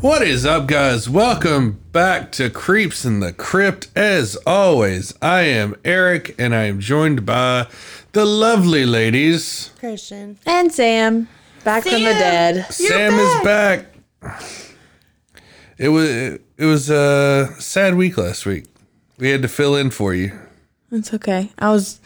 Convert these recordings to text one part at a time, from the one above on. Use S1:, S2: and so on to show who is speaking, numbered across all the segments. S1: What is up, guys? Welcome back to Creeps in the Crypt. As always, I am Eric, and I am joined by the lovely ladies.
S2: Christian.
S3: And Sam, back from the
S2: Sam!
S3: dead.
S1: Sam is back. It was it was a sad week last week. We had to fill in for you.
S3: It's okay. I was,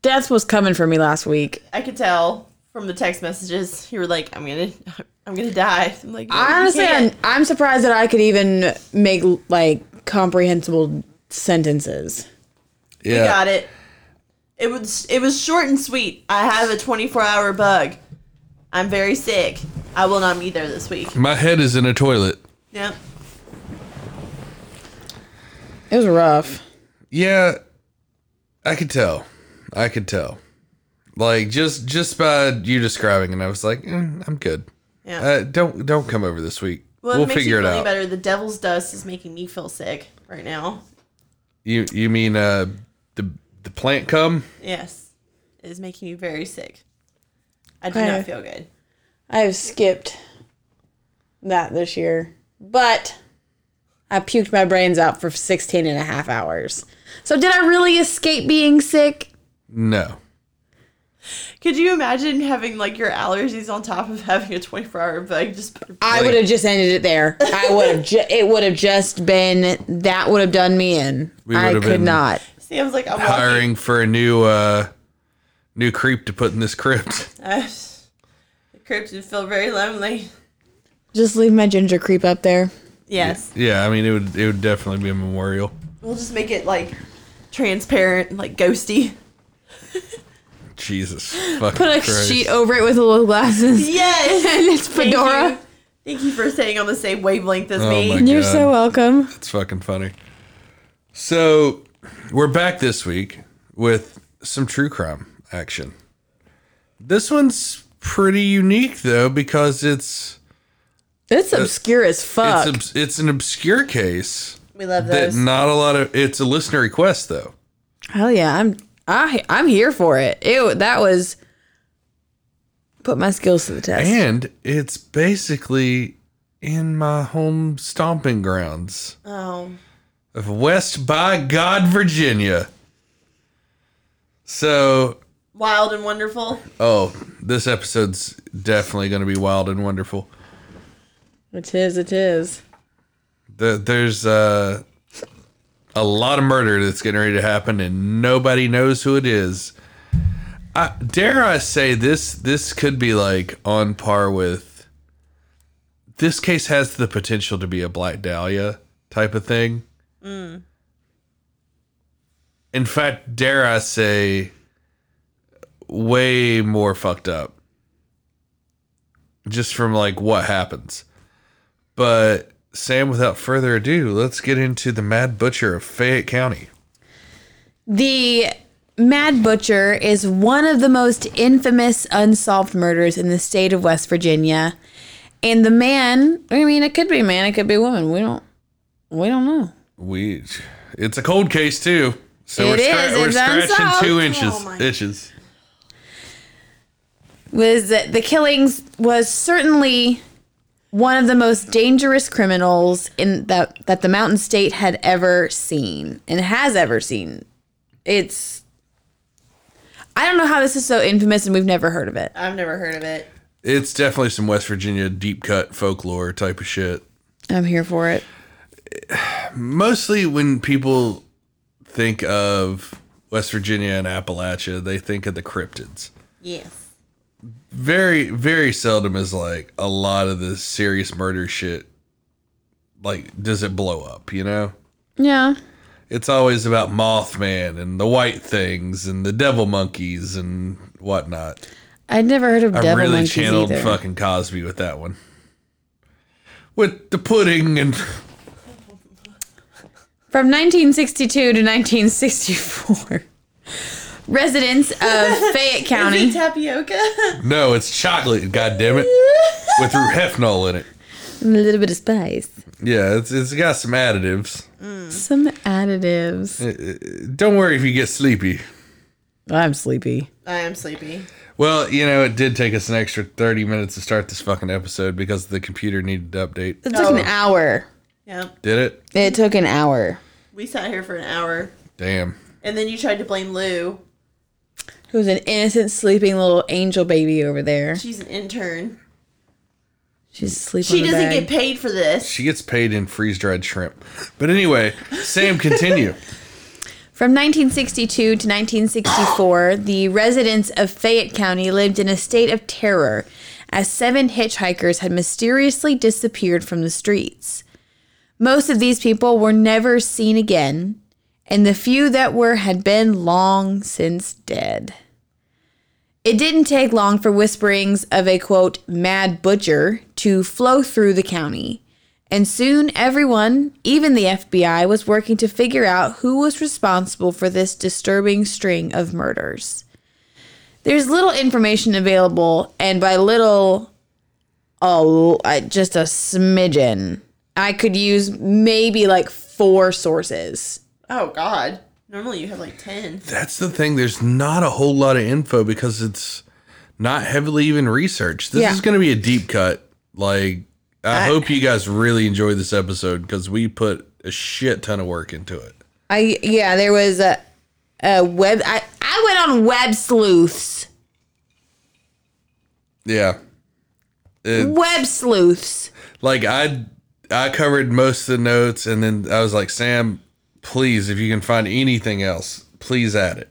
S3: death was coming for me last week.
S2: I could tell from the text messages you were like, "I'm gonna, I'm gonna die." I'm like, no, you
S3: Honestly, I'm,
S2: can't.
S3: I'm surprised that I could even make like comprehensible sentences.
S1: Yeah,
S2: got it. It was, it was short and sweet. I have a 24 hour bug. I'm very sick. I will not be there this week.
S1: my head is in a toilet.
S2: Yep.
S3: It was rough.
S1: Yeah, I could tell. I could tell. Like just just by you describing it, I was like, "Mm, I'm good.
S2: Yeah.
S1: Uh, don't don't come over this week.
S2: well, it
S1: we'll
S2: makes you
S1: figure it
S2: feel any
S1: out.
S2: better. The devil's dust is making me feel sick right now.
S1: You you mean uh the the plant come?
S2: Yes, it is making me very sick. I do
S3: Okay.
S2: not feel good.
S3: I have skipped that this year, but I puked my brains out for 16 and a half hours. So, did I really escape being sick?
S1: No.
S2: Could you imagine having like your allergies on top of having a 24 hour bug? Just
S3: I would have just ended it there. I would have. Ju- it would have just been that would have done me in.
S1: We would
S3: I
S1: have
S3: could
S1: been-
S3: not.
S2: see, I was like, I'm walking.
S1: Hiring for a new uh new creep to put in this crypt.
S2: Uh, the crypt would feel very lonely.
S3: Just leave my ginger creep up there.
S2: Yes.
S1: Yeah, I mean it would it would definitely be a memorial.
S2: We'll just make it like transparent, like ghosty.
S1: Jesus. Fucking
S3: Put a
S1: Christ.
S3: sheet over it with little glasses
S2: Yes.
S3: and it's fedora.
S2: Thank you. Thank you for staying on the same wavelength as
S1: Oh
S2: me.
S1: my-
S3: You're
S1: God.
S3: so welcome.
S1: It's fucking funny. So we're back this week with some true crime action. This one's pretty unique though because it's
S3: It's obscure as fuck.
S1: it's obs- it's an obscure case
S2: We love
S1: that
S2: those.
S1: not a lot of it's a listener request though.
S3: Hell yeah, I'm I I'm here for it. Ew, that was put my skills to the test.
S1: And it's basically in my home stomping grounds
S2: oh.
S1: of West by God, Virginia. So,
S2: Wild and wonderful.
S1: oh, this episode's definitely going to be wild and wonderful.
S3: It is, it is.
S1: The, there's uh, a lot of murder that's getting ready to happen, and nobody knows who it is. I, dare I say this? This could be like on par with. This case has the potential to be a Black Dahlia type of thing. In fact, dare I say, way more fucked up. Just from like what happens. But Sam, without further ado, let's get into the Mad Butcher of Fayette County.
S3: The Mad Butcher is one of the most infamous unsolved murders in the state of West Virginia. And the man, I mean it could be man, it could be woman. We don't we don't know.
S1: We, it's a cold case too, so
S3: It
S1: we're, scra-
S3: is,
S1: we're
S3: it's
S1: scratching
S3: unsolved.
S1: two inches,
S2: Oh my-
S1: itches.
S3: was that the killings was certainly one of the most dangerous criminals in that that the Mountain State had ever seen and has ever seen. It's I don't know how this is so infamous and we've never heard of it.
S2: I've never heard of it.
S1: It's definitely some West Virginia deep cut folklore type of shit.
S3: I'm here for it.
S1: Mostly when people think of West Virginia and Appalachia, they think of the cryptids.
S2: Yes.
S1: Very, very seldom is like a lot of the serious murder shit. Like, does it blow up? You know.
S3: Yeah.
S1: it's always about Mothman and the white things and the devil monkeys and whatnot.
S3: I'd never heard of
S1: I
S3: devil
S1: really
S3: monkeys
S1: channeled
S3: either.
S1: fucking Cosby with that one. With the pudding and
S3: From 1962 to 1964, residents of Fayette
S2: Is it
S3: County.
S2: tapioca?
S1: no, it's chocolate. God damn it, with Hefnol in it.
S3: A little bit of spice,
S1: Yeah, it's it's got some additives.
S3: some additives.
S1: Don't worry if you get sleepy.
S3: I'm sleepy.
S2: I am sleepy.
S1: Well, you know, it did take us an extra 30 minutes to start this fucking episode because the computer needed to update.
S3: It took an hour.
S2: Yeah.
S1: Did it?
S3: Oh. It took an hour.
S2: We sat here for an hour.
S1: Damn.
S2: And then you tried to blame Lou.
S3: Who's an innocent sleeping little angel baby over there?
S2: She's an intern.
S3: She's sleeping.
S2: She doesn't get paid for this.
S1: She gets paid in freeze dried shrimp. But anyway, Sam, continue.
S3: From 1962 to 1964, the residents of Fayette County lived in a state of terror as seven hitchhikers had mysteriously disappeared from the streets. Most of these people were never seen again, and the few that were had been long since dead. It didn't take long for whisperings of a quote, mad butcher to flow through the county. And soon everyone, even the FBI, was working to figure out who was responsible for this disturbing string of murders. There's little information available, and by little, oh, I- just a smidgen. I could use maybe like four sources.
S2: Oh, God. Normally you have like 10.
S1: That's the thing. There's not a whole lot of info because it's not heavily even researched. This
S3: Yeah.
S1: is going to be a deep cut. Like, I, hope you guys really enjoy this episode because we put a shit ton of work into it.
S3: I yeah, there was a, a web. I I went on web sleuths,
S1: Yeah.
S3: web sleuths.
S1: like I I covered most of the notes and then I was like, Sam, please, if you can find anything else, please add it.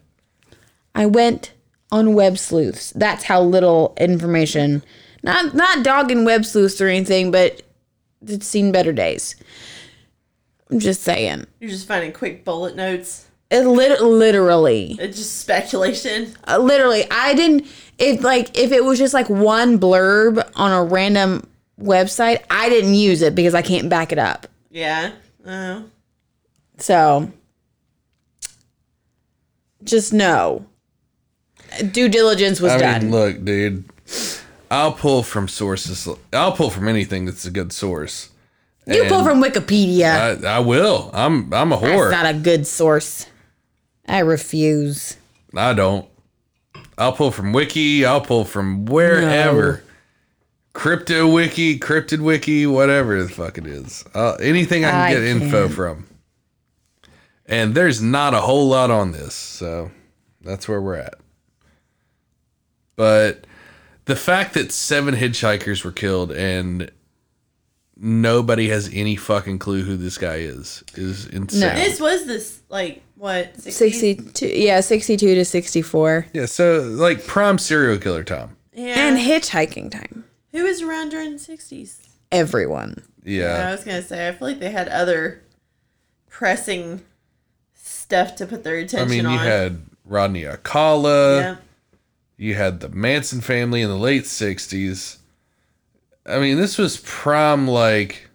S3: I went on web sleuths. That's how little information. Not not dogging web sleuths or anything, but it's seen better days. I'm just saying.
S2: You're just finding quick bullet notes.
S3: It lit- literally,
S2: It's just speculation.
S3: Uh, literally, I didn't. If like if it was just like one blurb on a random website, I didn't use it because I can't back it up.
S2: Yeah. Oh.
S3: So just know due diligence was
S1: I
S3: done.
S1: mean, look, dude, I'll pull from sources. I'll pull from anything that's a good source.
S3: you pull
S1: And
S3: from Wikipedia.
S1: I, I will. I'm I'm a
S3: That's
S1: whore.
S3: not a good source. I refuse.
S1: I don't. I'll pull from Wiki. I'll pull from wherever. Crypto Wiki, Cryptid Wiki, whatever the fuck it is. Uh, anything I can
S3: I
S1: get info from. And there's not a whole lot on this. So that's where we're at. But the fact that seven hitchhikers were killed and nobody has any fucking clue who this guy is is insane.
S2: This was this, like, what? 60s?
S3: 62 yeah, 62 to 64.
S1: Yeah, so like prime serial killer Tom.
S2: Yeah.
S3: And hitchhiking time.
S2: Who was around during the 60s?
S3: Everyone.
S1: Yeah.
S2: I was going to say, I feel like they had other pressing stuff to put their
S1: I
S2: attention
S1: mean, you
S2: on.
S1: had uh, Rodney Acala.
S2: yeah.
S1: You had the Manson family in the late 60s. I mean, this was prime, like,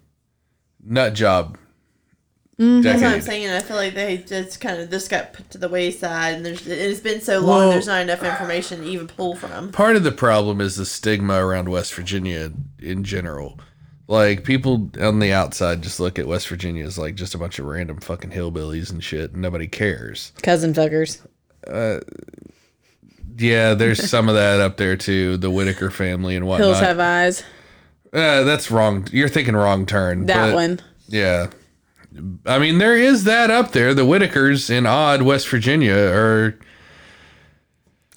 S1: nut job
S2: Mm-hmm. That's what I'm
S1: decade.
S2: saying. I feel like they just kind of this got put to the wayside, and there's it's been so long.
S1: Well-
S2: there's not enough information to even pull from.
S1: Part of the problem is the stigma around West Virginia in general. Like, people on the outside just look at West Virginia as, like, just a bunch of random fucking hillbillies and shit, and nobody cares.
S3: Cousin fuckers.
S1: Yeah, there's some of that up there, too. The Whitaker family and whatnot.
S3: eyes.
S1: Uh, that's wrong. You're thinking wrong turn. but- Yeah. I mean, there is that up there. The Whitakers in odd West Virginia are.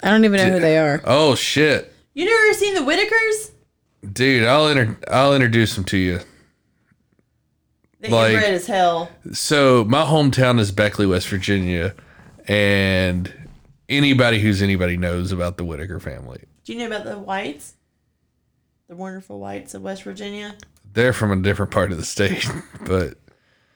S3: I don't even know who they are.
S1: Oh shit,
S2: You never seen the Whitakers?
S1: dude! I'll inter- I'll introduce them to you.
S2: They
S1: Like-
S2: get red as hell.
S1: So my hometown is Beckley, West Virginia, and anybody who's anybody knows about the Whitaker family.
S2: Do you know about the whites? The wonderful whites of West Virginia.
S1: They're from a different part of the state, but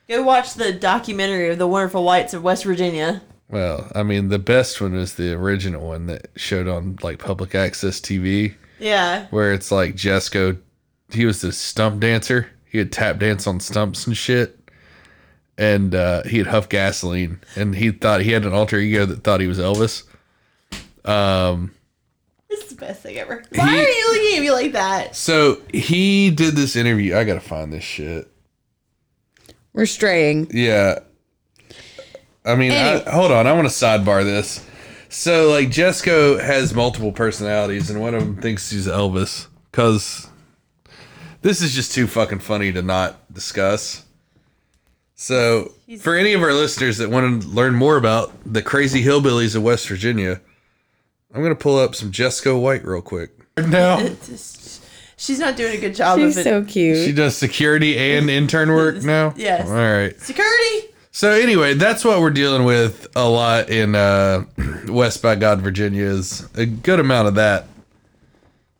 S2: Go watch the documentary of the wonderful whites of West Virginia.
S1: well, I mean, the best one was the original one that showed on like public access TV.
S2: Yeah,
S1: where it's like Jesco, he was the stump dancer. He would tap dance on stumps and shit. And uh, he'd huff gasoline. And he thought he had an alter ego that thought he was Elvis.
S2: it's the best thing ever. Why are you looking at me like that?
S1: So he did this interview. I got to find this shit.
S3: We're straying.
S1: Yeah. I mean, I,
S3: Anyway.
S1: hold on. I want to sidebar this. So like Jesco has multiple personalities, and one of them thinks she's Elvis because this is just too fucking funny to not discuss. So, for any of our listeners that want to learn more about the crazy hillbillies of West Virginia, I'm gonna pull up some Jesco White real quick. Now
S2: It's just- she's not doing a good job
S3: She's
S2: of it.
S3: so cute.
S1: she does security and intern work now.
S2: Yes.
S1: All right.
S2: Security.
S1: So anyway, that's what we're dealing with a lot in uh, West by God, Virginia is a good amount of that.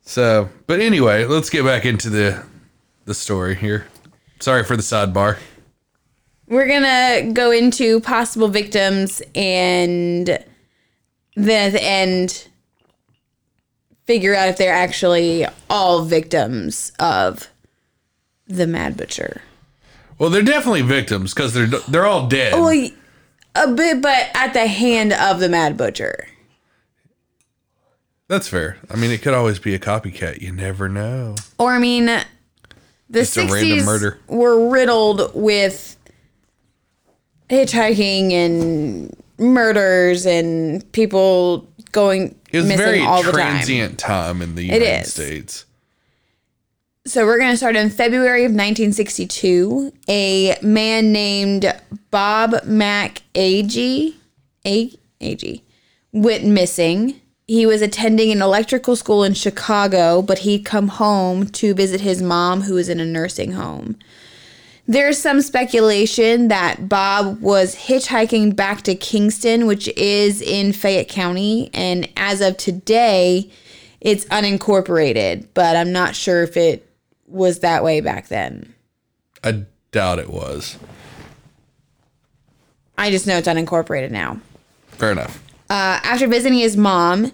S1: So, but anyway, let's get back into the the story here. Sorry for the sidebar.
S3: We're gonna go into possible victims and then at the end figure out if they're actually all victims of the Mad Butcher.
S1: Well, they're definitely victims because they're they're all dead.
S3: Well, y- a bit, but at the hand of the Mad Butcher.
S1: That's fair. I mean, it could always be a copycat. You never know.
S3: Or I mean, the
S1: a random
S3: sixties
S1: murder.
S3: were riddled with hitchhiking and murders and people going
S1: It was a
S3: missing
S1: very
S3: all the time.
S1: transient time. in the United
S3: is.
S1: States.
S3: So we're going to start in February of 1962. A man named Bob Mac Ag A Ag went missing. He was attending an electrical school in Chicago, but he'd come home to visit his mom, who was in a nursing home. There's some speculation that Bob was hitchhiking back to Kingston, which is in Fayette County, and as of today, it's unincorporated, but I'm not sure if it was that way back then.
S1: I doubt it was.
S3: I just know it's unincorporated now.
S1: Fair enough.
S3: Uh, after visiting his mom,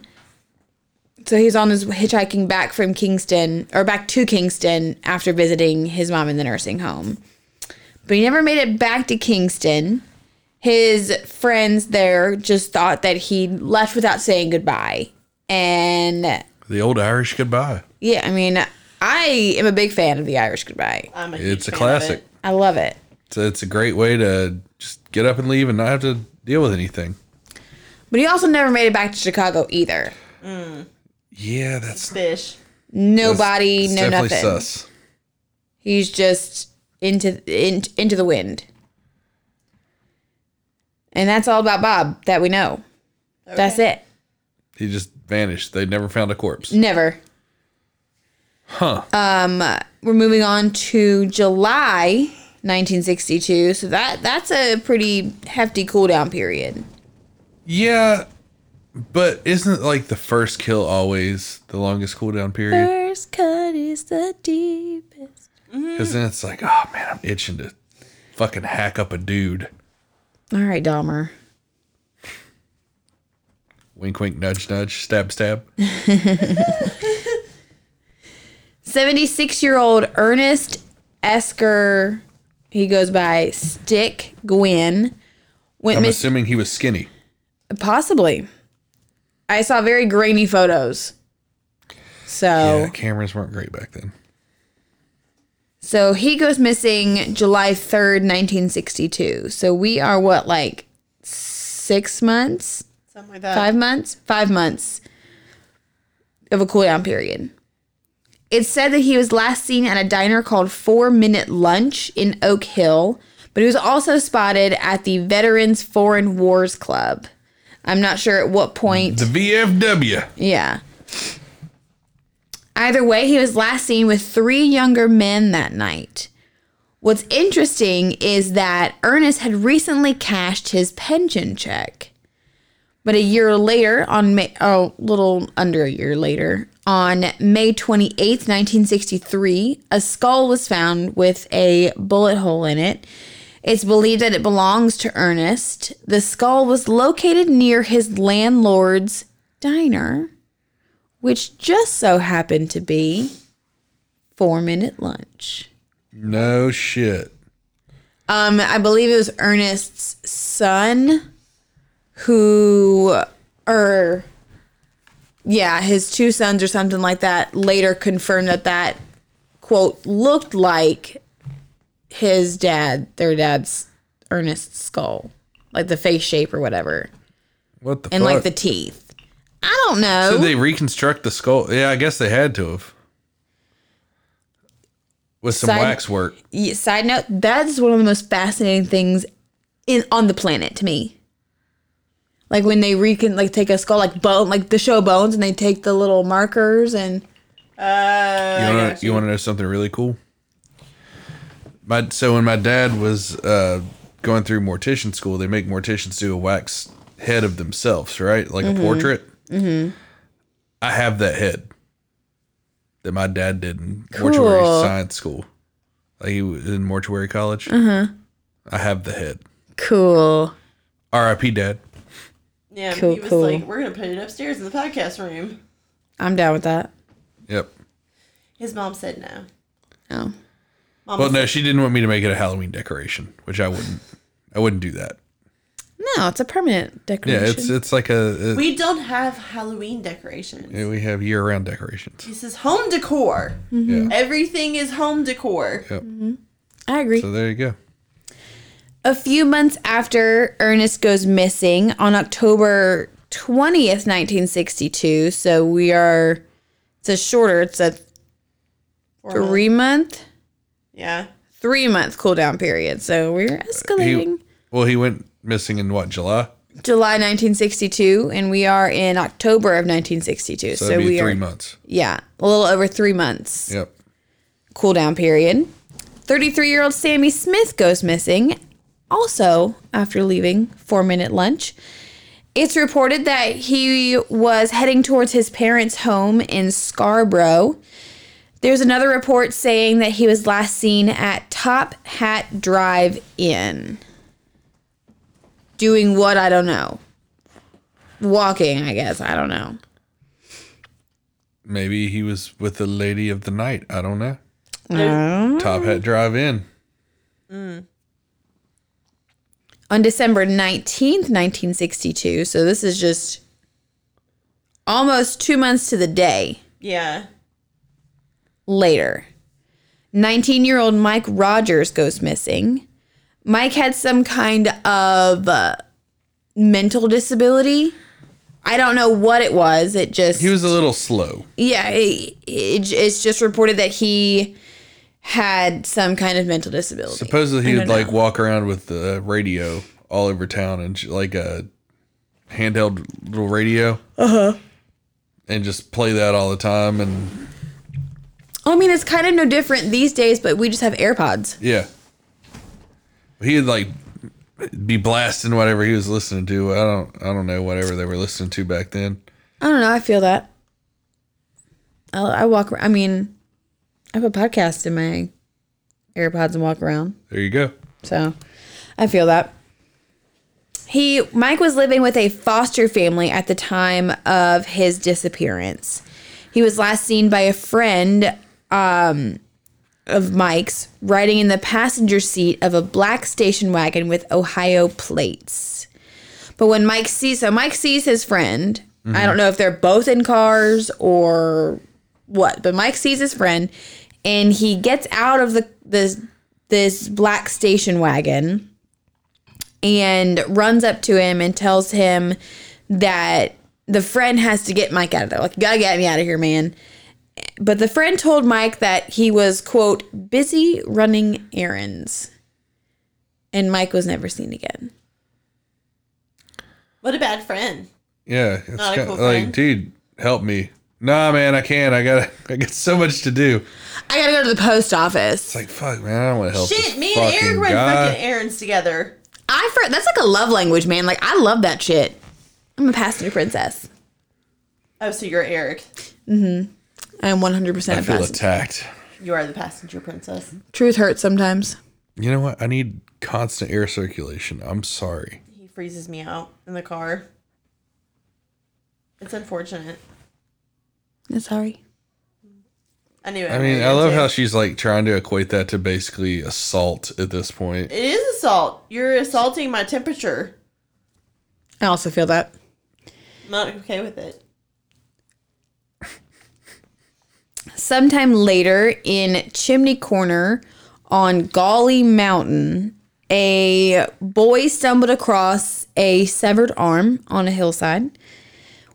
S3: so he's on his hitchhiking back from Kingston or back to Kingston after visiting his mom in the nursing home. But he never made it back to Kingston. His friends there just thought that he left without saying goodbye. And
S1: The old Irish goodbye.
S3: yeah, I mean, I am a big fan of the Irish goodbye.
S2: I'm a huge
S1: It's a
S2: fan of it.
S1: classic.
S3: I love it.
S1: So it's a great way to just get up and leave and not have to deal with anything.
S3: But he also never made it back to Chicago either.
S1: Yeah, that's
S2: Fish.
S3: Nobody,
S1: that's
S3: no
S1: definitely
S3: nothing.
S1: sus.
S3: He's just into in, into the wind. And that's all about Bob that we know. That's it.
S1: He just vanished. They never found a corpse.
S3: Never. Um,
S1: Huh.
S3: We're moving on to July 1962. So that that's a pretty hefty cool down period.
S1: yeah, but isn't like the first kill always the longest cooldown period?
S3: First cut is the deepest.
S1: Because then it's like, oh man, I'm itching to fucking hack up a dude.
S3: All right, Dahmer.
S1: Wink, wink, nudge, nudge, stab, stab.
S3: 76 year old Ernest Esker, he goes by Stick Gwynn, went
S1: I'm
S3: missing.
S1: assuming he was skinny.
S3: Possibly. I saw very grainy photos. So,
S1: Yeah, cameras weren't great back then.
S3: so he goes missing July 3rd, 1962. So we are what, like six months,
S2: Something like that.
S3: five months, five months of a cool down period. It's said that he was last seen at a diner called Four Minute Lunch in Oak Hill, but he was also spotted at the Veterans Foreign Wars Club. I'm not sure at what point.
S1: The VFW.
S3: Yeah. Either way, he was last seen with three younger men that night. What's interesting is that Ernest had recently cashed his pension check. But a year later, on May, oh, little under a year later, on May 28th, 1963, a skull was found with a bullet hole in it. It's believed that it belongs to Ernest. The skull was located near his landlord's diner, which just so happened to be Four Minute Lunch.
S1: No shit.
S3: Um, I believe it was Ernest's son who, or yeah, his two sons or something like that later confirmed that that quote looked like his dad, their dad's Ernest's skull, like the face shape or whatever.
S1: What the
S3: and
S1: fuck?
S3: like the teeth. I don't know.
S1: Did Oh. they reconstruct the skull? Yeah, I guess they had to have. With some
S3: Side-
S1: waxwork.
S3: Yeah, side note, that's one of the most fascinating things in on the planet to me. Like when they recon like take a skull like bone like the show bones and they take the little markers and
S2: Oh, Uh,
S1: You want to you want to know something really cool? My so when my dad was uh, going through mortician school, they make morticians do a wax head of themselves, right? Like a portrait. Mm-hmm. I have that head that my dad did in mortuary
S3: Cool.
S1: science school. Like he was in mortuary college. I have the head.
S3: cool.
S1: R.I.P. Dad.
S2: Yeah,
S3: Cool,
S2: he was
S3: cool.
S2: like, "We're gonna put it upstairs in the podcast room."
S3: I'm down with that.
S1: Yep.
S2: His mom said no.
S3: Oh.
S2: Mama
S1: Well,
S2: said,
S1: no, she didn't want me to make it a Halloween decoration, which I wouldn't. I wouldn't do that.
S3: No, it's a permanent
S1: Yeah,
S3: decoration.
S1: it's it's like a, a-
S2: "We don't have Halloween decorations.
S1: yeah, we have year round decorations.
S2: This is home decor.
S3: Mm-hmm.
S1: Yeah.
S2: Everything is home decor."
S3: I agree.
S1: So there you go.
S3: A few months after Ernest goes missing on October 20th, 1962, so we are it's a shorter, it's a
S2: Or-
S3: 3 month
S2: Yeah.
S3: three month cool down period. So we're escalating.
S1: He, well, he went missing in what July,
S3: July 1962, and we are in October of 1962. So,
S1: so, it'd be
S3: we
S1: three
S3: are,
S1: months.
S3: yeah, a little over three months
S1: Yep.
S3: cool down period. 33 year old Sammy Smith goes missing, also after leaving four minute lunch. It's reported that he was heading towards his parents' home in Scarborough. There's another report saying that he was last seen at Top Hat Drive Inn. Doing what? I don't know. Walking, I guess. I don't know.
S1: Maybe he was with the lady of the night. I don't know.
S2: There's-
S1: Top Hat Drive In.
S3: on December 19th, 1962. So this is just almost two months to the day
S2: Yeah.
S3: later. 19 year old Mike Rogers goes missing. Mike had some kind of uh, mental disability. I don't know what it was. It just,
S1: He was a little slow.
S3: yeah, it, it, it's just reported that he had some kind of mental disability.
S1: Supposedly he
S3: I
S1: would
S3: don't
S1: like
S3: know.
S1: walk around with the radio all over town and sh- like a handheld little radio. Uh huh.
S3: Uh-huh.
S1: And just play that all the time and
S3: I mean, it's kind of no different these days, but we just have AirPods.
S1: yeah. He'd like be blasting whatever he was listening to. I don't I don't know whatever they were listening to back then.
S3: I don't know. I feel that. I, I walk. ar- I mean, I have a podcast in my AirPods and walk around,
S1: There you go.
S3: so I feel that. He Mike was living with a foster family at the time of his disappearance. He was last seen by a friend um, of Mike's riding in the passenger seat of a black station wagon with Ohio plates. But when Mike sees, so Mike sees his friend. I don't know if they're both in cars or what, but Mike sees his friend, and he gets out of the this this black station wagon and runs up to him and tells him that the friend has to get Mike out of there. Like, you gotta get me out of here, man. But the friend told Mike that he was quote busy running errands, and Mike was never seen again.
S2: What a bad friend.
S1: Yeah, it's
S2: Not a
S1: kind
S2: cool
S1: like,
S2: friend.
S1: dude, help me. Nah, man, I can't. I got I got so much to do.
S3: I gotta go to the post office.
S1: It's like, fuck, man, I don't want to help.
S2: Shit,
S1: this
S2: me and Eric
S1: fucking
S2: run
S1: guy.
S2: fucking errands together.
S3: I for, that's like a love language, man. Like I love that shit. I'm a passenger princess.
S2: Oh, so you're Eric.
S3: I am 100 percent
S1: I
S3: a
S1: feel
S3: passenger.
S1: attacked.
S2: You are the passenger princess.
S3: Truth hurts sometimes.
S1: You know what? I need constant air circulation. I'm sorry.
S2: He freezes me out in the car. It's unfortunate.
S3: I'm sorry.
S2: I knew it.
S1: I mean, I love how she's like trying to equate that to basically assault at this point.
S2: it is assault. You're assaulting my temperature.
S3: I also feel that.
S2: I'm not okay with it.
S3: Sometime later in Chimney Corner on Golly Mountain, a boy stumbled across a severed arm on a hillside.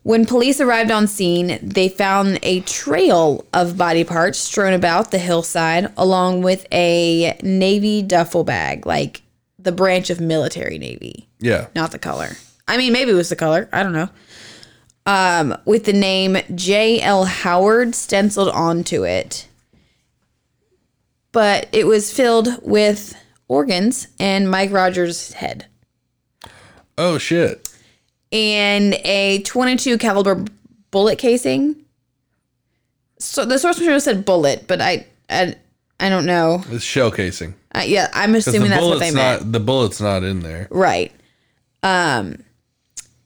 S3: When police arrived on scene, they found a trail of body parts strewn about the hillside, along with a navy duffel bag, like the branch of military navy
S1: Yeah.
S3: not the color. I mean, maybe it was the color. I don't know. Um, with the name J.L. Howard stenciled onto it. But it was filled with organs and Mike Rogers' head
S1: Oh shit.
S3: and a 22 caliber bullet casing. So the source material said bullet, but I I, I don't know.
S1: It's shell casing.
S3: I, yeah, I'm
S1: 'Cause the
S3: assuming that's
S1: bullet's
S3: what they meant.
S1: not the bullet's not in there.
S3: Right. Um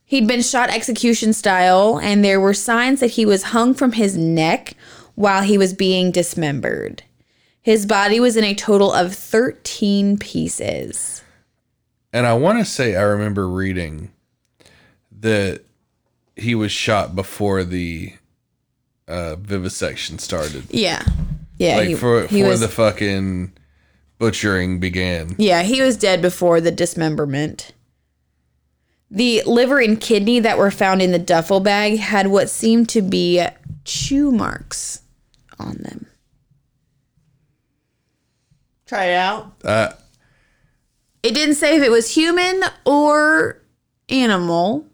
S3: he'd been shot execution style and there were signs that he was hung from his neck while he was being dismembered. His body was in a total of 13 pieces.
S1: And I want to say I remember reading that he was shot before the uh, vivisection started.
S3: Yeah. Yeah,
S1: Like
S3: he,
S1: for
S3: he
S1: for
S3: was
S1: the fucking butchering began.
S3: Yeah, he was dead before the dismemberment. The liver and kidney that were found in the duffel bag had what seemed to be chew marks on them.
S2: Try it out.
S1: Uh,
S3: It didn't say if it was human or animal.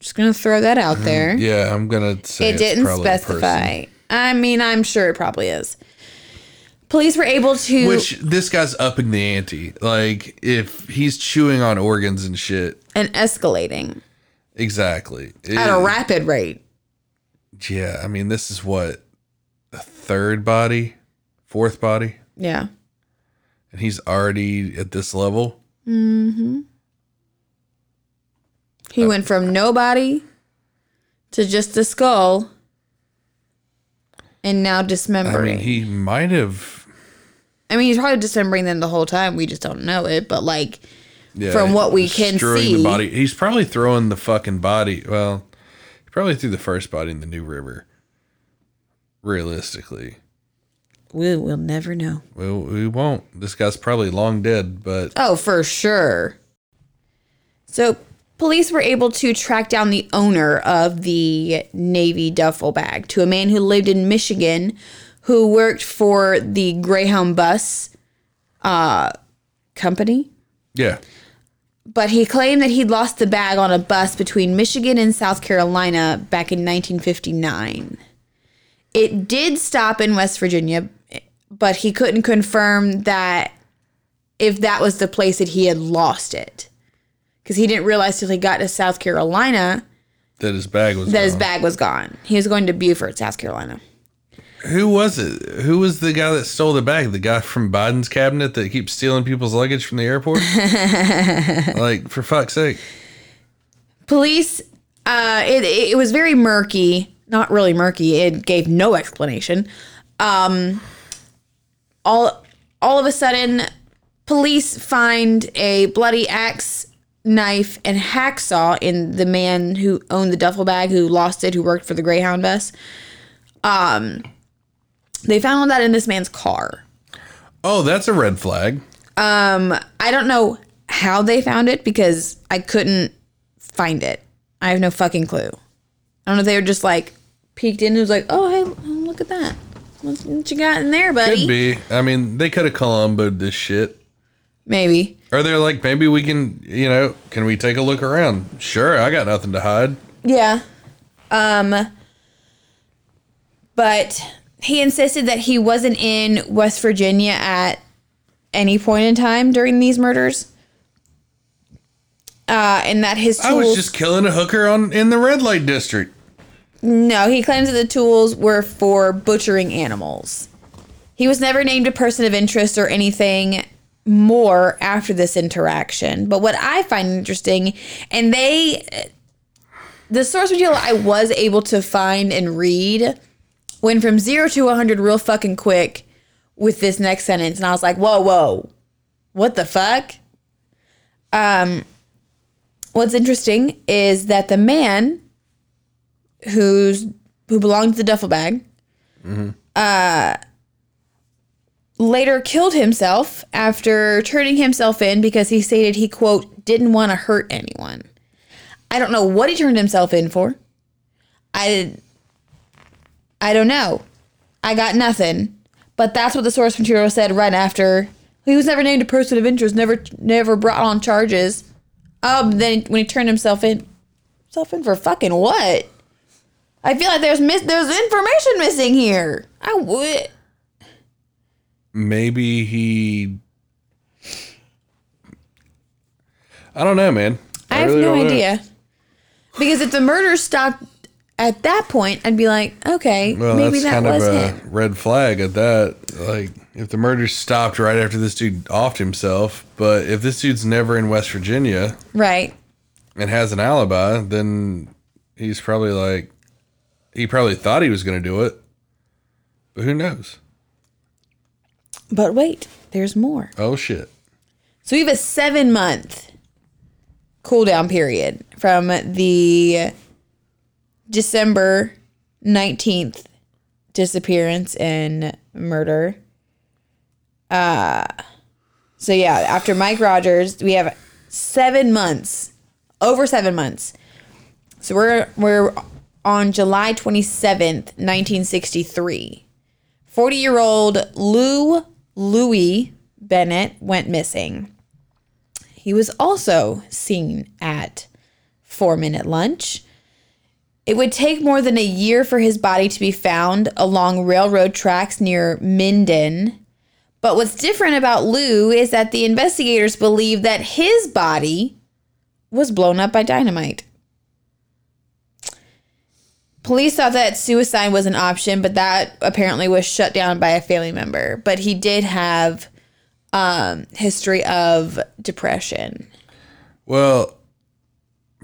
S3: Just gonna throw that out there.
S1: Mm-hmm. yeah, I'm gonna say
S3: it
S1: it's
S3: didn't
S1: probably a person.
S3: specify. I mean, I'm sure it probably is. Police were able to.
S1: Which this guy's upping the ante. Like if he's chewing on organs and shit.
S3: and escalating
S1: Exactly.
S3: at a
S1: It-
S3: rapid rate.
S1: Yeah, I mean this is what a third body, fourth body,
S3: Yeah.
S1: and he's already at this level. Uh,
S3: He went from nobody to just a skull and now
S1: I
S3: dismembering.
S1: mean, he might have.
S3: I mean, he's probably dismembering them the whole time. We just don't know it, but like.
S1: Yeah,
S3: From what we can
S1: destroying
S3: see.
S1: the body. He's probably throwing the fucking body. Well, he probably threw the first body in the New River. Realistically,
S3: We will never know.
S1: we, we won't. This guy's probably long dead, but
S3: Oh, for sure. So, police were able to track down the owner of the Navy duffel bag to a man who lived in Michigan who worked for the Greyhound bus uh, company.
S1: yeah,
S3: But he claimed that he'd lost the bag on a bus between Michigan and South Carolina back in 1959. It did stop in West Virginia, but he couldn't confirm that if that was the place that he had lost it. Because he didn't realize till he got to South Carolina
S1: that his bag was.
S3: that his
S1: gone.
S3: bag was gone. He was going to Beaufort, South Carolina.
S1: Who was it? Who was the guy that stole the bag? The guy from Biden's cabinet that keeps stealing people's luggage from the airport? like, for fuck's sake.
S3: police uh it, it it was very murky not really murky it gave no explanation um all all of a sudden police find a bloody axe knife and hacksaw in the man who owned the duffel bag who lost it who worked for the greyhound bus um they found that in this man's car
S1: Oh, that's a red flag.
S3: I don't know how they found it because I couldn't find it. I have no fucking clue. I don't know if they were just like peeked in and was like, oh, hey, oh, look at that. What's- What you got in there, buddy?
S1: Could be. I mean, they could have Columboed this shit.
S3: Maybe.
S1: Or they're like, maybe we can, you know, can we take a look around? Sure, I got nothing to hide.
S3: Yeah. Um, but he insisted that he wasn't in West Virginia at any point in time during these murders. Uh, and that his tools.
S1: I was just killing a hooker on in the red light district.
S3: No, he claims that the tools were for butchering animals. He was never named a person of interest or anything more after this interaction. But what I find interesting, and they, the source material I was able to find and read went from zero to 100 real fucking quick with this next sentence. And I was like, whoa, whoa, what the fuck? Um, what's interesting is that the man who's who belonged to the duffel bag uh later killed himself after turning himself in because he stated he, quote, didn't want to hurt anyone. I don't know what he turned himself in for. I did I don't know. I got nothing. But that's what the source material said right after he was never named a person of interest, never never brought on charges. Um then when he turned himself in himself in for fucking what? I feel like there's mis- there's information missing here. I would
S1: Maybe he. I don't know, man.
S3: I have
S1: really
S3: no
S1: don't know.
S3: idea. Because if the murder stopped at that point, I'd be like, okay,
S1: Well,
S3: maybe
S1: that's
S3: that
S1: kind
S3: was
S1: of a
S3: him.
S1: red flag at that. Like, if the murder stopped right after this dude offed himself, but if this dude's never in West Virginia
S3: Right.
S1: and has an alibi, then he's probably like, he probably thought he was going to do it, but who knows?
S3: But wait, there's more.
S1: Oh shit!
S3: So we have a seven month cool down period from the December 19th disappearance and murder. Uh, so yeah, after Mike Rogers, we have seven months, over seven months. So we're we're on July 27th, 1963. 40 year old Lou Louis Bennett went missing. He was also seen at four minute lunch. It would take more than a year for his body to be found along railroad tracks near Minden. But what's different about Lou is that the investigators believe that his body was blown up by dynamite. Police thought that suicide was an option, but that apparently was shut down by a family member. But he did have um history of depression.
S1: Well,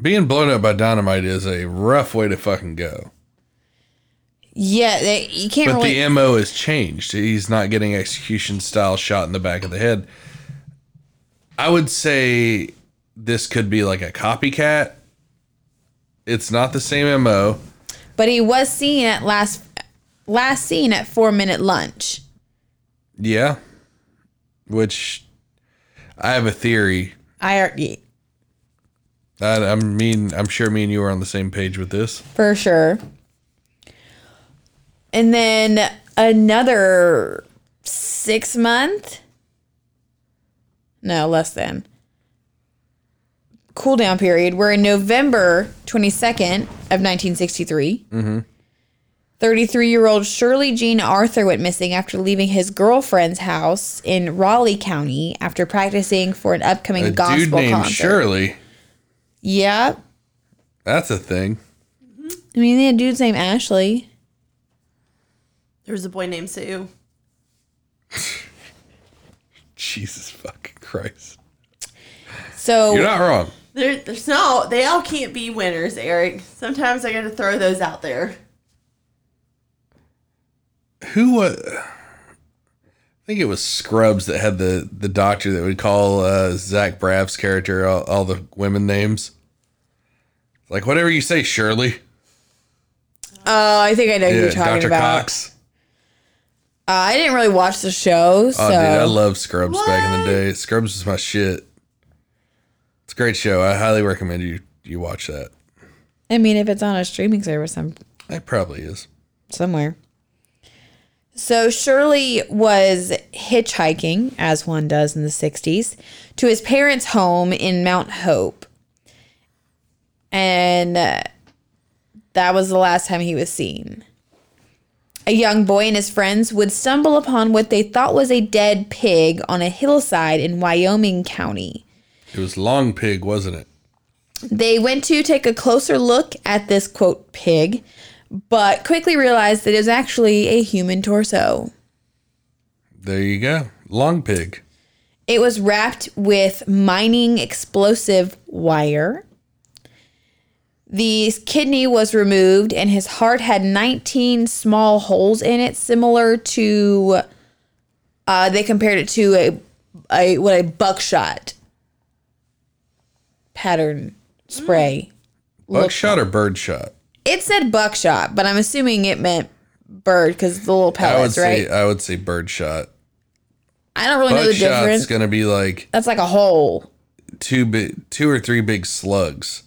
S1: being blown up by dynamite is a rough way to fucking go.
S3: Yeah, they, you can't
S1: But
S3: really
S1: the MO has changed. He's not getting execution style shot in the back of the head. I would say this could be like a copycat. It's not the same MO.
S3: but he was seen at last last seen at 4 minute lunch.
S1: Yeah. Which I have a theory.
S3: I already-
S1: I, I mean, I'm sure me and you are on the same page with this.
S3: for sure. And then another six month, no, less than cool down period. We're in November 22nd of 1963.
S1: Mm-hmm.
S3: 33 year old Shirley Jean Arthur went missing after leaving his girlfriend's house in Raleigh County after practicing for an upcoming
S1: A
S3: gospel
S1: dude named
S3: concert.
S1: Shirley.
S3: Yeah.
S1: That's a thing.
S3: I mean, they had a dude's named Ashley.
S2: There was a boy named Sue.
S1: Jesus fucking Christ.
S3: So
S1: You're not wrong.
S2: There, there's no. They all can't be winners, Eric. Sometimes I gotta throw those out there.
S1: who was I think it was Scrubs that had the the doctor that would call uh, Zach Braff's character all, all the women names. Like whatever you say, Shirley.
S3: Oh, I think I know who
S1: Yeah,
S3: you're talking
S1: Dr.
S3: about.
S1: Cox.
S3: Uh, I didn't really watch the show, so
S1: Oh, dude, I love Scrubs back in the
S2: What?
S1: day. Scrubs was my shit. It's a great show. I highly recommend you you watch that.
S3: I mean, if it's on a streaming service, I'm
S1: It probably is.
S3: somewhere. So Shirley was hitchhiking, as one does in the 60s, to his parents' home in Mount Hope. And uh, that was the last time he was seen. A young boy and his friends would stumble upon what they thought was a dead pig on a hillside in Wyoming County.
S1: It was Long Pig, wasn't it?
S3: They went to take a closer look at this quote pig, but quickly realized that it was actually a human torso.
S1: There you go. Long Pig.
S3: It was wrapped with mining explosive wire. The kidney was removed, and his heart had 19 small holes in it, similar to. Uh, they compared it to a, a what a buckshot pattern spray. Looked
S1: Buckshot or birdshot?
S3: It said buckshot, but I'm assuming it meant bird because the little
S1: I would uh,
S3: pellets, right?
S1: say I would say birdshot.
S3: I don't really know the
S1: Buckshot's
S3: difference.
S1: going to be like
S3: That's like a hole.
S1: two big, two or three big slugs,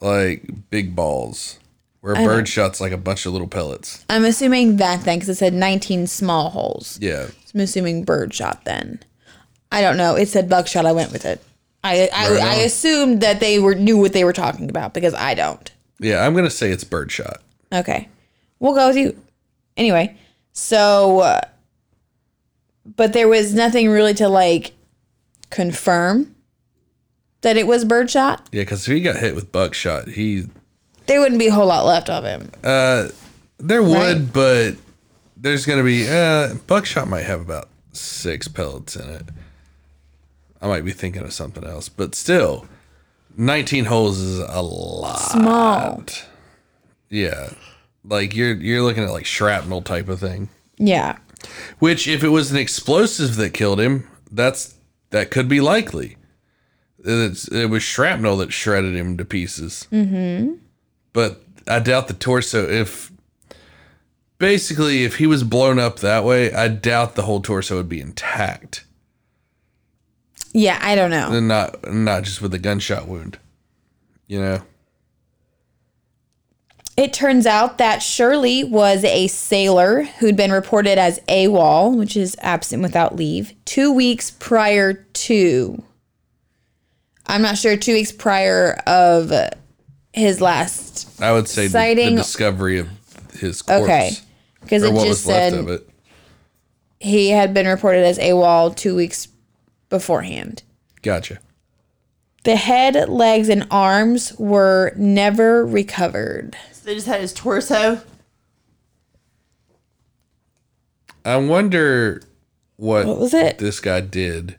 S1: like big balls. Where birdshot's like a bunch of little pellets.
S3: I'm assuming that then because it said 19 small holes.
S1: Yeah,
S3: I'm assuming birdshot then. I don't know. It said buckshot. I went with it. I I,
S1: Right
S3: I
S1: on.
S3: assumed that they were knew what they were talking about because I don't.
S1: yeah. I'm going to say it's birdshot.
S3: Okay. We'll go with you. Anyway, so uh, but there was nothing really to like confirm that it was birdshot.
S1: Yeah, because if he got hit with buckshot, he
S3: There wouldn't be a whole lot left of him.
S1: there would, but there's going to be uh, buckshot might have about six pellets in it. I might be thinking of something else, but still, 19 holes is a lot.
S3: Small.
S1: Yeah, like you're you're looking at like shrapnel type of thing.
S3: Yeah.
S1: Which, if it was an explosive that killed him, that's that could be likely. It's, it was shrapnel that shredded him to pieces. Mm-hmm. But I doubt the torso. If basically, if he was blown up that way, I doubt the whole torso would be intact,
S3: Yeah, I don't know.
S1: and not not just with a gunshot wound. You know,
S3: It turns out that Shirley was a sailor who'd been reported as AWOL, which is absent without leave, two weeks prior to. I'm not sure, two weeks prior of uh, his last.
S1: I would say the- the,
S3: Sighting-
S1: discovery of his corpse
S3: Okay. Because
S1: or
S3: it
S1: what was
S3: just
S1: left
S3: said
S1: of it.
S3: he had been reported as AWOL two weeks beforehand.
S1: Gotcha.
S3: The head, legs, and arms were never recovered.
S2: So they just had his torso.
S1: I wonder what,
S3: What was it?
S1: this guy did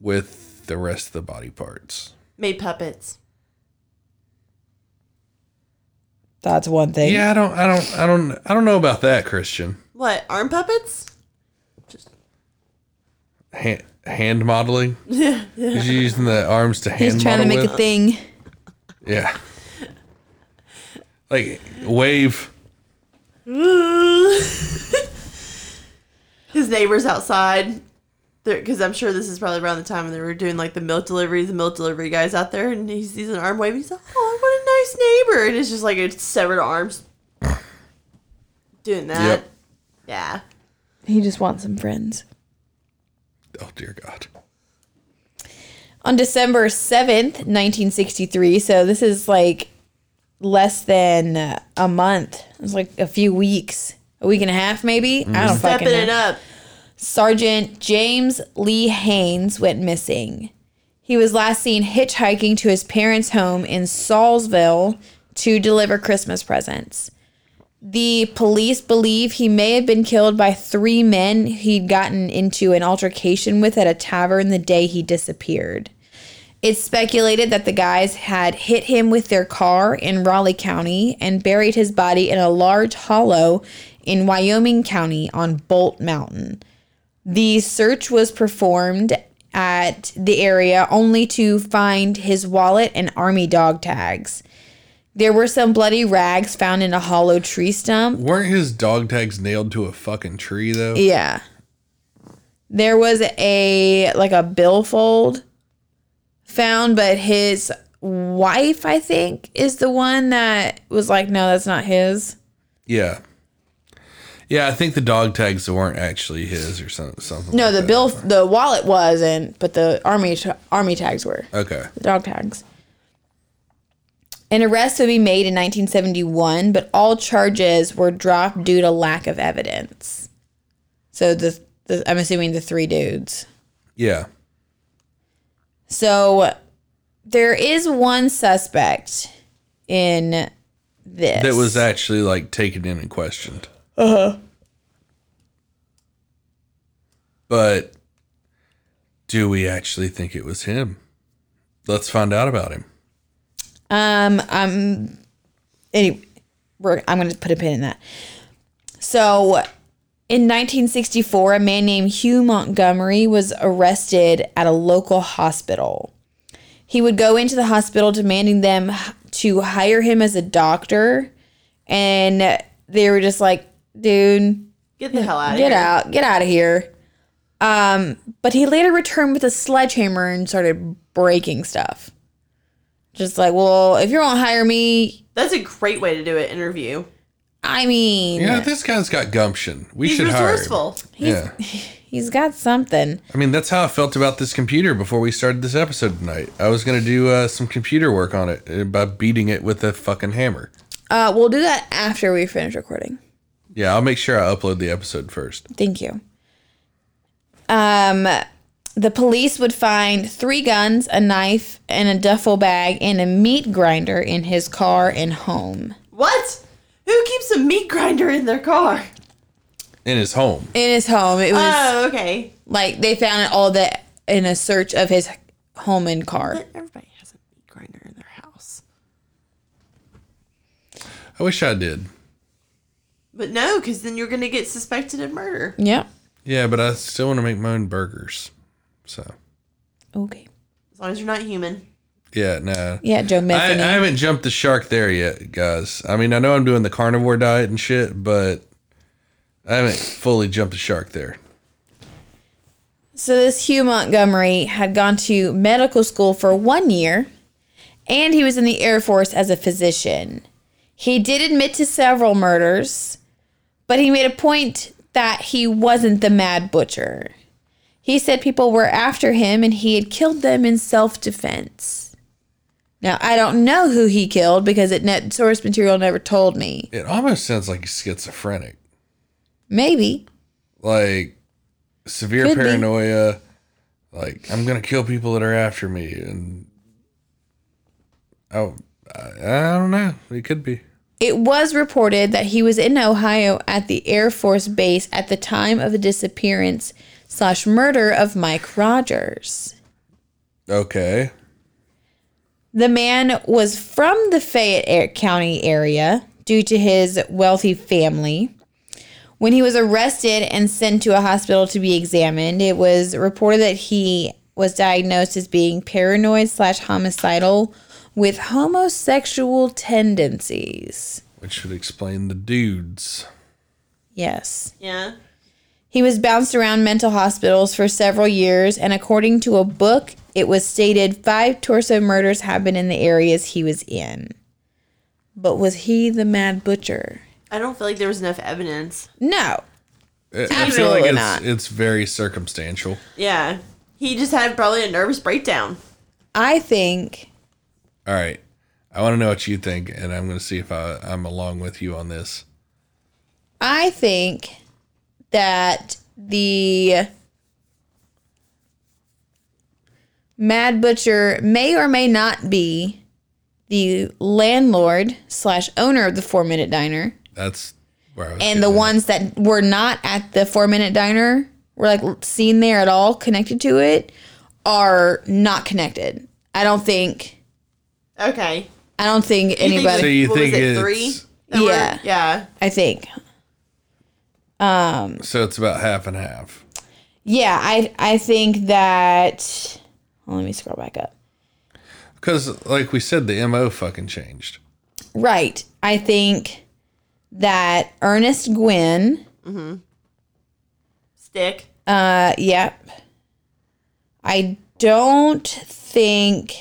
S1: with the rest of the body parts.
S2: Made puppets.
S3: That's one thing.
S1: Yeah, I don't I don't I don't I don't know about that, Christian.
S2: What? Arm puppets?
S1: Hand, hand modeling? Yeah. He's using the arms to hand
S3: He's trying to
S1: model
S3: make a
S1: with?
S3: thing.
S1: Yeah. Like wave.
S2: His neighbors outside. Because I'm sure this is probably around the time when they were doing like the milk delivery. The milk delivery guy's out there and he sees an arm waving. He's like, oh, what a nice neighbor. And it's just like a severed arms doing that.
S1: Yep.
S2: Yeah.
S3: He just wants some friends.
S1: Oh dear God.
S3: On December 7th, 1963, so this is like less than uh, a month. It's like a few weeks, a week and a half maybe. I
S1: Mm-hmm.
S3: don't fucking
S2: Stepping
S3: know.
S2: it up.
S3: Sergeant James Lee Haynes went missing. He was last seen hitchhiking to his parents' home in Sallsville to deliver Christmas presents. The police believe he may have been killed by three men he'd gotten into an altercation with at a tavern the day he disappeared. It's speculated that the guys had hit him with their car in Raleigh County and buried his body in a large hollow in Wyoming County on Bolt Mountain. The search was performed at the area only to find his wallet and army dog tags. There were some bloody rags found in a hollow tree stump.
S1: Weren't his dog tags nailed to a fucking tree though?
S3: Yeah. There was a like a billfold found, but his wife, I think, is the one that was like, no, that's not his.
S1: Yeah. Yeah, I think the dog tags weren't actually his or some, something.
S3: No,
S1: like
S3: the
S1: that.
S3: bill, the wallet wasn't, but the army ta- army tags were.
S1: Okay.
S3: the dog tags. An arrest would be made in 1971, but all charges were dropped due to lack of evidence. So the, the I'm assuming the three dudes.
S1: Yeah.
S3: So there is one suspect in this.
S1: That was actually like taken in and questioned. Uh huh.
S2: Uh-huh.
S1: But do we actually think it was him? Let's find out about him.
S3: Um, um, anyway, we're, I'm going to put a pin in that. So, in 1964, a man named Hugh Montgomery was arrested at a local hospital. He would go into the hospital demanding them h- to hire him as a doctor, and they were just like, dude,
S2: Get the hell out of
S3: get
S2: here.
S3: out, get out of here. Um, But he later returned with a sledgehammer and started breaking stuff. Just like, well, if you won't hire me,
S2: That's a great way to do an interview.
S3: I mean,
S1: Yeah, this guy's got gumption. We
S2: He's
S1: should hire him.
S2: resourceful.
S1: Yeah.
S3: he's got something.
S1: I mean, that's how I felt about this computer before we started this episode tonight. I was going to do uh, some computer work on it uh, by beating it with a fucking hammer.
S3: Uh, we'll do that after we finish recording.
S1: Yeah, I'll make sure I upload the episode first.
S3: Thank you. Um, the police would find three guns, a knife, and a duffel bag, and a meat grinder in his car and home.
S2: What? Who keeps a meat grinder in their car?
S1: In his home.
S3: In his home, it was
S2: Oh, okay.
S3: like they found all that in a search of his home and car.
S2: Everybody has a meat grinder in their house.
S1: I wish I did.
S2: But no, because then you're going to get suspected of murder.
S3: Yep.
S1: Yeah, but I still want to make my own burgers. So,
S3: Okay.
S2: As long as you're not human.
S1: yeah, no.
S3: Yeah, Joe
S1: I, I
S3: Metheny.
S1: haven't jumped the shark there yet, guys. I mean, I know I'm doing the carnivore diet and shit, but I haven't fully jumped the shark there.
S3: So this Hugh Montgomery had gone to medical school for one year, and he was in the Air Force as a physician. He did admit to several murders, but he made a point that he wasn't the mad butcher. He said people were after him and he had killed them in self defense. Now, I don't know who he killed because it net source material never told me.
S1: It almost sounds like he's schizophrenic.
S3: Maybe.
S1: like severe
S3: Could be.
S1: paranoia. Like I'm gonna kill people that are after me, and oh, I, I don't know. It could be.
S3: It was reported that he was in Ohio at the Air Force Base at the time of the disappearance slash murder of Mike Rogers.
S1: Okay,
S3: The man was from the Fayette Air- County area due to his wealthy family. When he was arrested and sent to a hospital to be examined, it was reported that he was diagnosed as being paranoid slash homicidal with homosexual tendencies.
S1: which would explain the dudes.
S3: Yes.
S2: Yeah.
S3: He was bounced around mental hospitals for several years, and according to a book, it was stated five torso murders happened in the areas he was in. But was he the mad butcher?
S2: I don't feel like there was enough evidence.
S3: No.
S1: I- I feel
S3: Absolutely
S1: like it's
S3: not.
S1: it's very circumstantial.
S2: Yeah. He just had probably a nervous breakdown.
S3: I think
S1: All right, I want to know what you think, and I'm gonna see if I, I'm along with you on this.
S3: I think that the Mad Butcher may or may not be the landlord slash owner of the four minute diner.
S1: That's where I was.
S3: and the
S1: getting at.
S3: ones that were not at the four minute diner were like seen there at all connected to it are not connected i don't think
S2: Okay.
S3: i don't think
S2: You think
S3: anybody
S1: So you
S2: what
S1: think
S2: was it,
S1: it's-
S2: three? that were-
S3: Yeah.
S2: yeah.
S3: i think
S1: so it's about half and half.
S3: yeah i i think that well, let me scroll back up
S1: Because, like we said, the mo fucking changed.
S3: right i think that ernest gwynn
S2: Stick.
S3: Uh, yep. I don't think.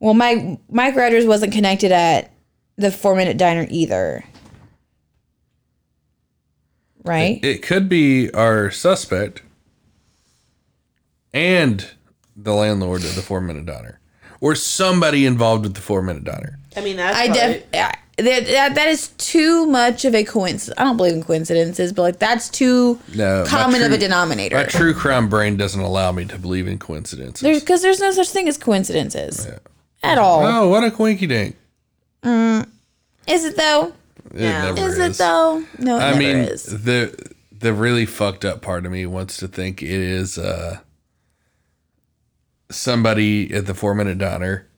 S3: Well, my Mike Rogers wasn't connected at the four minute diner either. Right?
S1: It could be our suspect and the landlord of the four minute diner or somebody involved with the four minute diner.
S2: I mean, that's
S3: I
S2: probably-
S3: def. I- That, that, that is too much of a coincidence. I don't believe in coincidences, but like that's too
S1: No, my
S3: common of
S1: true-
S3: a denominator.
S1: My true crime brain doesn't allow me to believe in coincidences.
S3: There's because there's no such thing as coincidences at all.
S1: oh, what a quinky dink.
S3: Is it though?
S1: It
S2: Yeah.
S1: never
S3: Is,
S1: is.
S3: it though? No, it
S1: I
S3: never
S1: mean,
S3: is.
S1: the the really fucked up part of me wants to think it is uh, somebody at the four minute diner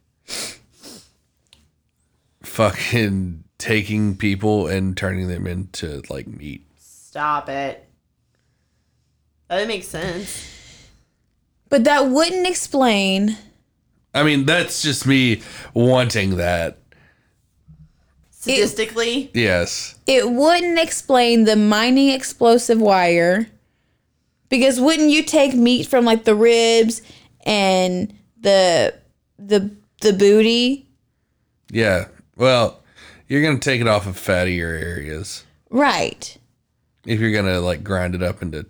S1: fucking taking people and turning them into like meat.
S2: Stop it. That makes sense.
S3: But that wouldn't explain
S1: I mean, that's just me wanting that.
S2: Statistically,
S1: Yes.
S3: It wouldn't explain the mining explosive wire Because wouldn't you take meat from like the ribs and the the the booty?
S1: Yeah. Well, you're gonna take it off of fattier areas
S3: Right.
S1: if you're gonna like grind it up into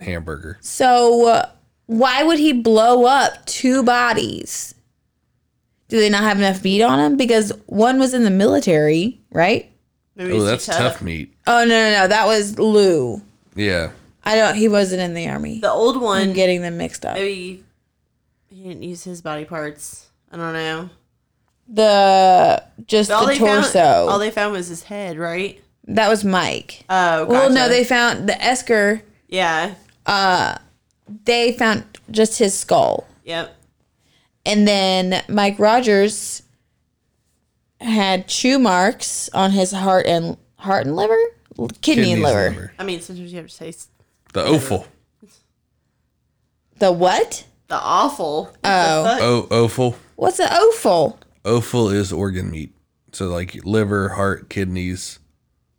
S1: hamburger.
S3: So uh, why would he blow up two bodies? Do they not have enough meat on them? Because one was in the military, right?
S2: Maybe
S1: Oh,
S2: it's
S1: that's
S2: each
S1: tough
S2: other.
S1: meat.
S3: Oh no, no, no, that was Lou.
S1: Yeah.
S3: I don't. He wasn't in the army.
S2: The old one,
S3: I'm getting them mixed up.
S2: maybe he didn't use his body parts. I don't know.
S3: The just
S2: All
S3: the
S2: they found, Oh,
S3: torso.
S2: all they found was his head, right?
S3: that was Mike.
S2: Oh,
S3: well, no,
S2: gotcha.
S3: they found the Esker.
S2: yeah,
S3: They found just his skull,
S2: yep.
S3: and then Mike Rogers had chew marks on his heart and heart and liver, kidney and
S1: Kidneys
S3: liver.
S1: and liver.
S2: I mean, sometimes you have to say s-
S1: The offal.
S3: The what?
S2: the awful. What the
S3: Oh.
S2: fuck?
S1: Oh, offal.
S3: What's an offal?
S1: Offal is organ meat. So like liver, heart, kidneys,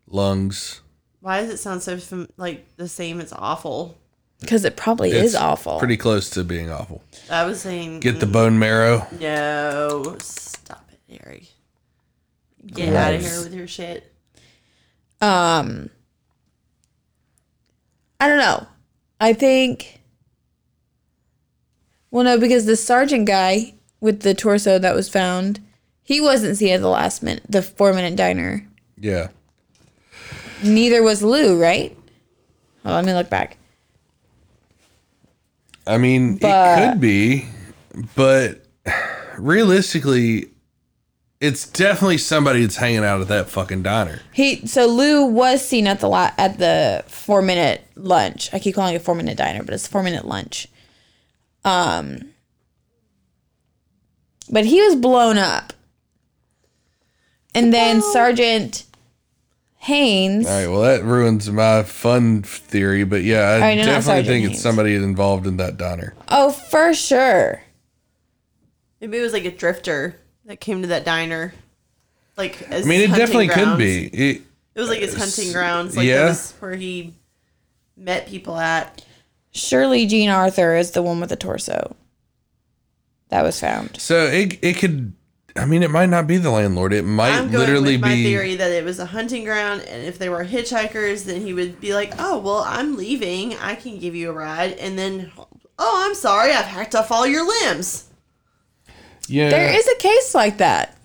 S1: lungs.
S2: Why does it sound so fam- like the same? It's awful.
S3: Because it probably
S1: It's
S3: is awful.
S1: Pretty close to being awful.
S2: I was saying.
S1: Get the bone marrow.
S2: no, stop it, Harry. Get out of here with your shit.
S3: um, I don't know. I think. Well, no, because the sergeant guy with the torso that was found, he wasn't seen at the last minute, the four minute diner.
S1: Yeah.
S3: Neither was Lou, right? Well, let me look back.
S1: I mean, it
S3: But-
S1: could be, but realistically, it's definitely somebody that's hanging out at that fucking diner.
S3: He so Lou was seen at the la- at the four minute lunch. I keep calling it four minute diner, but it's four minute lunch. Um, but he was blown up, and then Sergeant Haynes.
S1: All right, well, that ruins my fun theory, but yeah, I
S3: right, no, no,
S1: definitely
S3: sorry,
S1: think
S3: James.
S1: it's somebody involved in that diner.
S3: Oh, for sure.
S2: Maybe it was like a drifter that came to that diner. Like, as
S1: I mean, it
S2: hunting
S1: definitely could
S2: grounds.
S1: be. It,
S2: It was like his hunting grounds. Like,
S1: yeah.
S2: that was where he met people at.
S3: Surely Jean Arthur is the one with the torso that was found.
S1: so it it could. I mean, it might not be the landlord. It might
S2: I'm going
S1: literally
S2: with my
S1: be.
S2: theory that it was a hunting ground, and if they were hitchhikers, then he would be like, "Oh, well, I'm leaving. I can give you a ride." And then, "Oh, I'm sorry, I've hacked off all your limbs."
S1: Yeah,
S3: There is a case like that.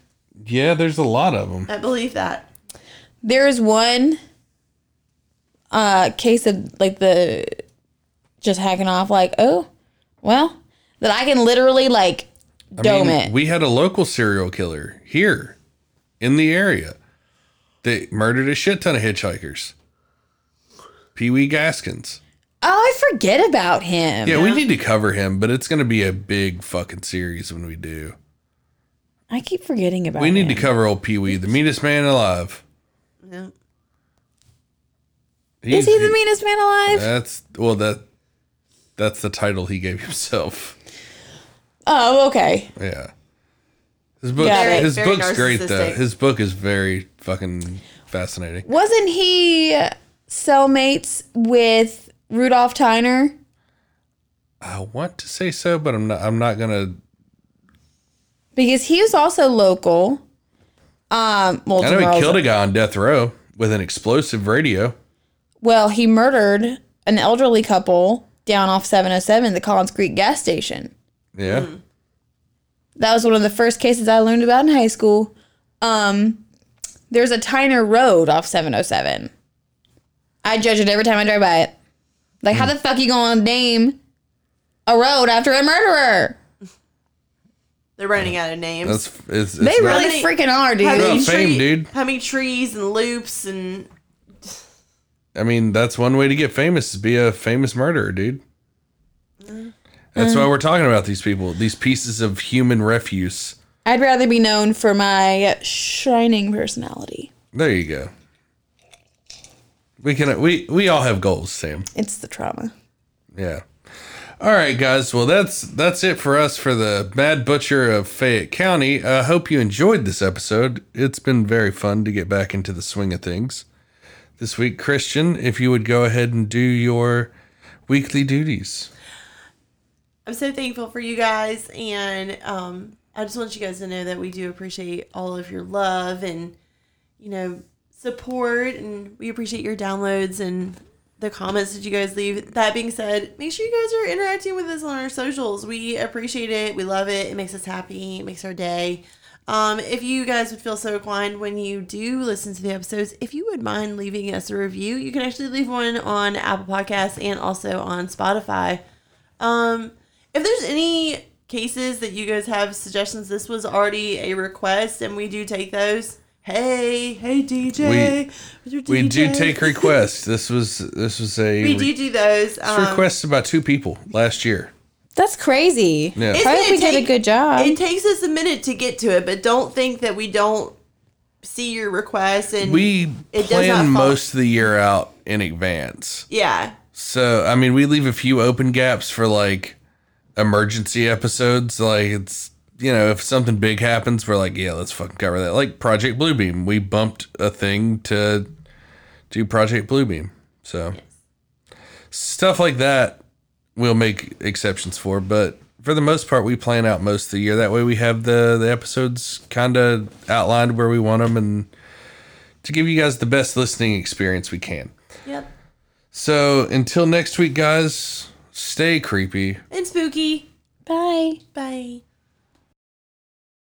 S1: yeah, there's a lot of them.
S2: I believe that.
S3: There is one uh case of like the just hacking off like, oh, well, that I can literally like
S1: I
S3: dome
S1: mean,
S3: it.
S1: We had a local serial killer here in the area that murdered a shit ton of hitchhikers. Pee Wee Gaskins.
S3: oh, I forget about him.
S1: Yeah, we need to cover him, but it's going to be a big fucking series when we do.
S3: I keep forgetting about
S1: We need to
S3: him.
S1: cover old Pee Wee, the meanest man alive.
S2: Yeah.
S3: Is
S1: He's-
S3: he the meanest man alive?
S1: That's well that that's the title he gave himself.
S3: Oh, okay.
S1: Yeah. His book
S3: Yeah,
S2: Very-
S1: his
S2: very
S1: book's great though.
S2: narcissistic.
S1: His book is very fucking fascinating.
S3: Wasn't he cellmates with Rudolph Tyner?
S1: I want to say so, but I'm not. I'm not gonna.
S3: Because he was also local. Um, well,
S1: I know
S3: Demeral's-
S1: he killed a guy on death row with an explosive radio.
S3: Well, he murdered an elderly couple down off 707, the Collins Creek gas station.
S1: Yeah,
S2: Hmm.
S3: That was one of the first cases I learned about in high school. Um, there's a Tyner Road off 707. I judge it every time I drive by it. Like,
S1: Hmm.
S3: how the fuck you gonna name a road after a murderer?
S2: They're running out of names.
S1: that's it's. it's
S3: They
S1: not-
S3: really
S2: many-
S3: freaking are,
S2: how
S3: dude.
S1: Well,
S2: many
S1: fame,
S2: tree-
S1: dude.
S2: How many trees and loops and
S1: I mean, that's one way to get famous is be a famous murderer, dude.
S3: Mm.
S1: That's why we're talking about these people, these pieces of human refuse.
S3: I'd rather be known for my shining personality.
S1: There you go. We can. We we all have goals, Sam.
S3: It's the trauma.
S1: Yeah. All right, guys. Well, that's that's it for us for the Mad Butcher of Fayette County. I hope you enjoyed this episode. It's been very fun to get back into the swing of things. This week, Christian, if you would go ahead and do your weekly duties.
S2: I'm so thankful for you guys, and um, I just want you guys to know that we do appreciate all of your love and you know support, and we appreciate your downloads and the comments that you guys leave. That being said, make sure you guys are interacting with us on our socials. We appreciate it. We love it. It makes us happy. It makes our day. Um, if you guys would feel so inclined when you do listen to the episodes, if you would mind leaving us a review, you can actually leave one on Apple Podcasts and also on Spotify. Um, if there's any cases that you guys have suggestions, this was already a request, and we do take those. Hey, hey DJ, Mr.
S1: We do
S2: DJ.
S1: take requests. This was this was a
S2: We
S1: re-
S2: do do those.
S1: this
S2: Um,
S1: request about two people last year.
S3: That's crazy.
S1: Yeah.
S2: It's
S3: I hope
S2: gonna
S3: we did a
S2: take-
S3: good job.
S2: it takes us a minute to get to it, but don't think that we don't see your requests and
S1: We
S2: It does not
S1: plan
S2: fall-
S1: most of the year out in advance.
S2: yeah.
S1: So I mean, we leave a few open gaps for like emergency episodes. Like it's you know, if something big happens, we're like, yeah, let's fucking cover that. Like Project Bluebeam, we bumped a thing to do Project Bluebeam. So stuff like that, we'll make exceptions for, but. For the most part, we plan out most of the year. That way, we have the the episodes kind of outlined where we want them, and to give you guys the best listening experience we can.
S2: Yep.
S1: So until next week, guys, stay creepy.
S2: And spooky.
S3: Bye.
S2: Bye.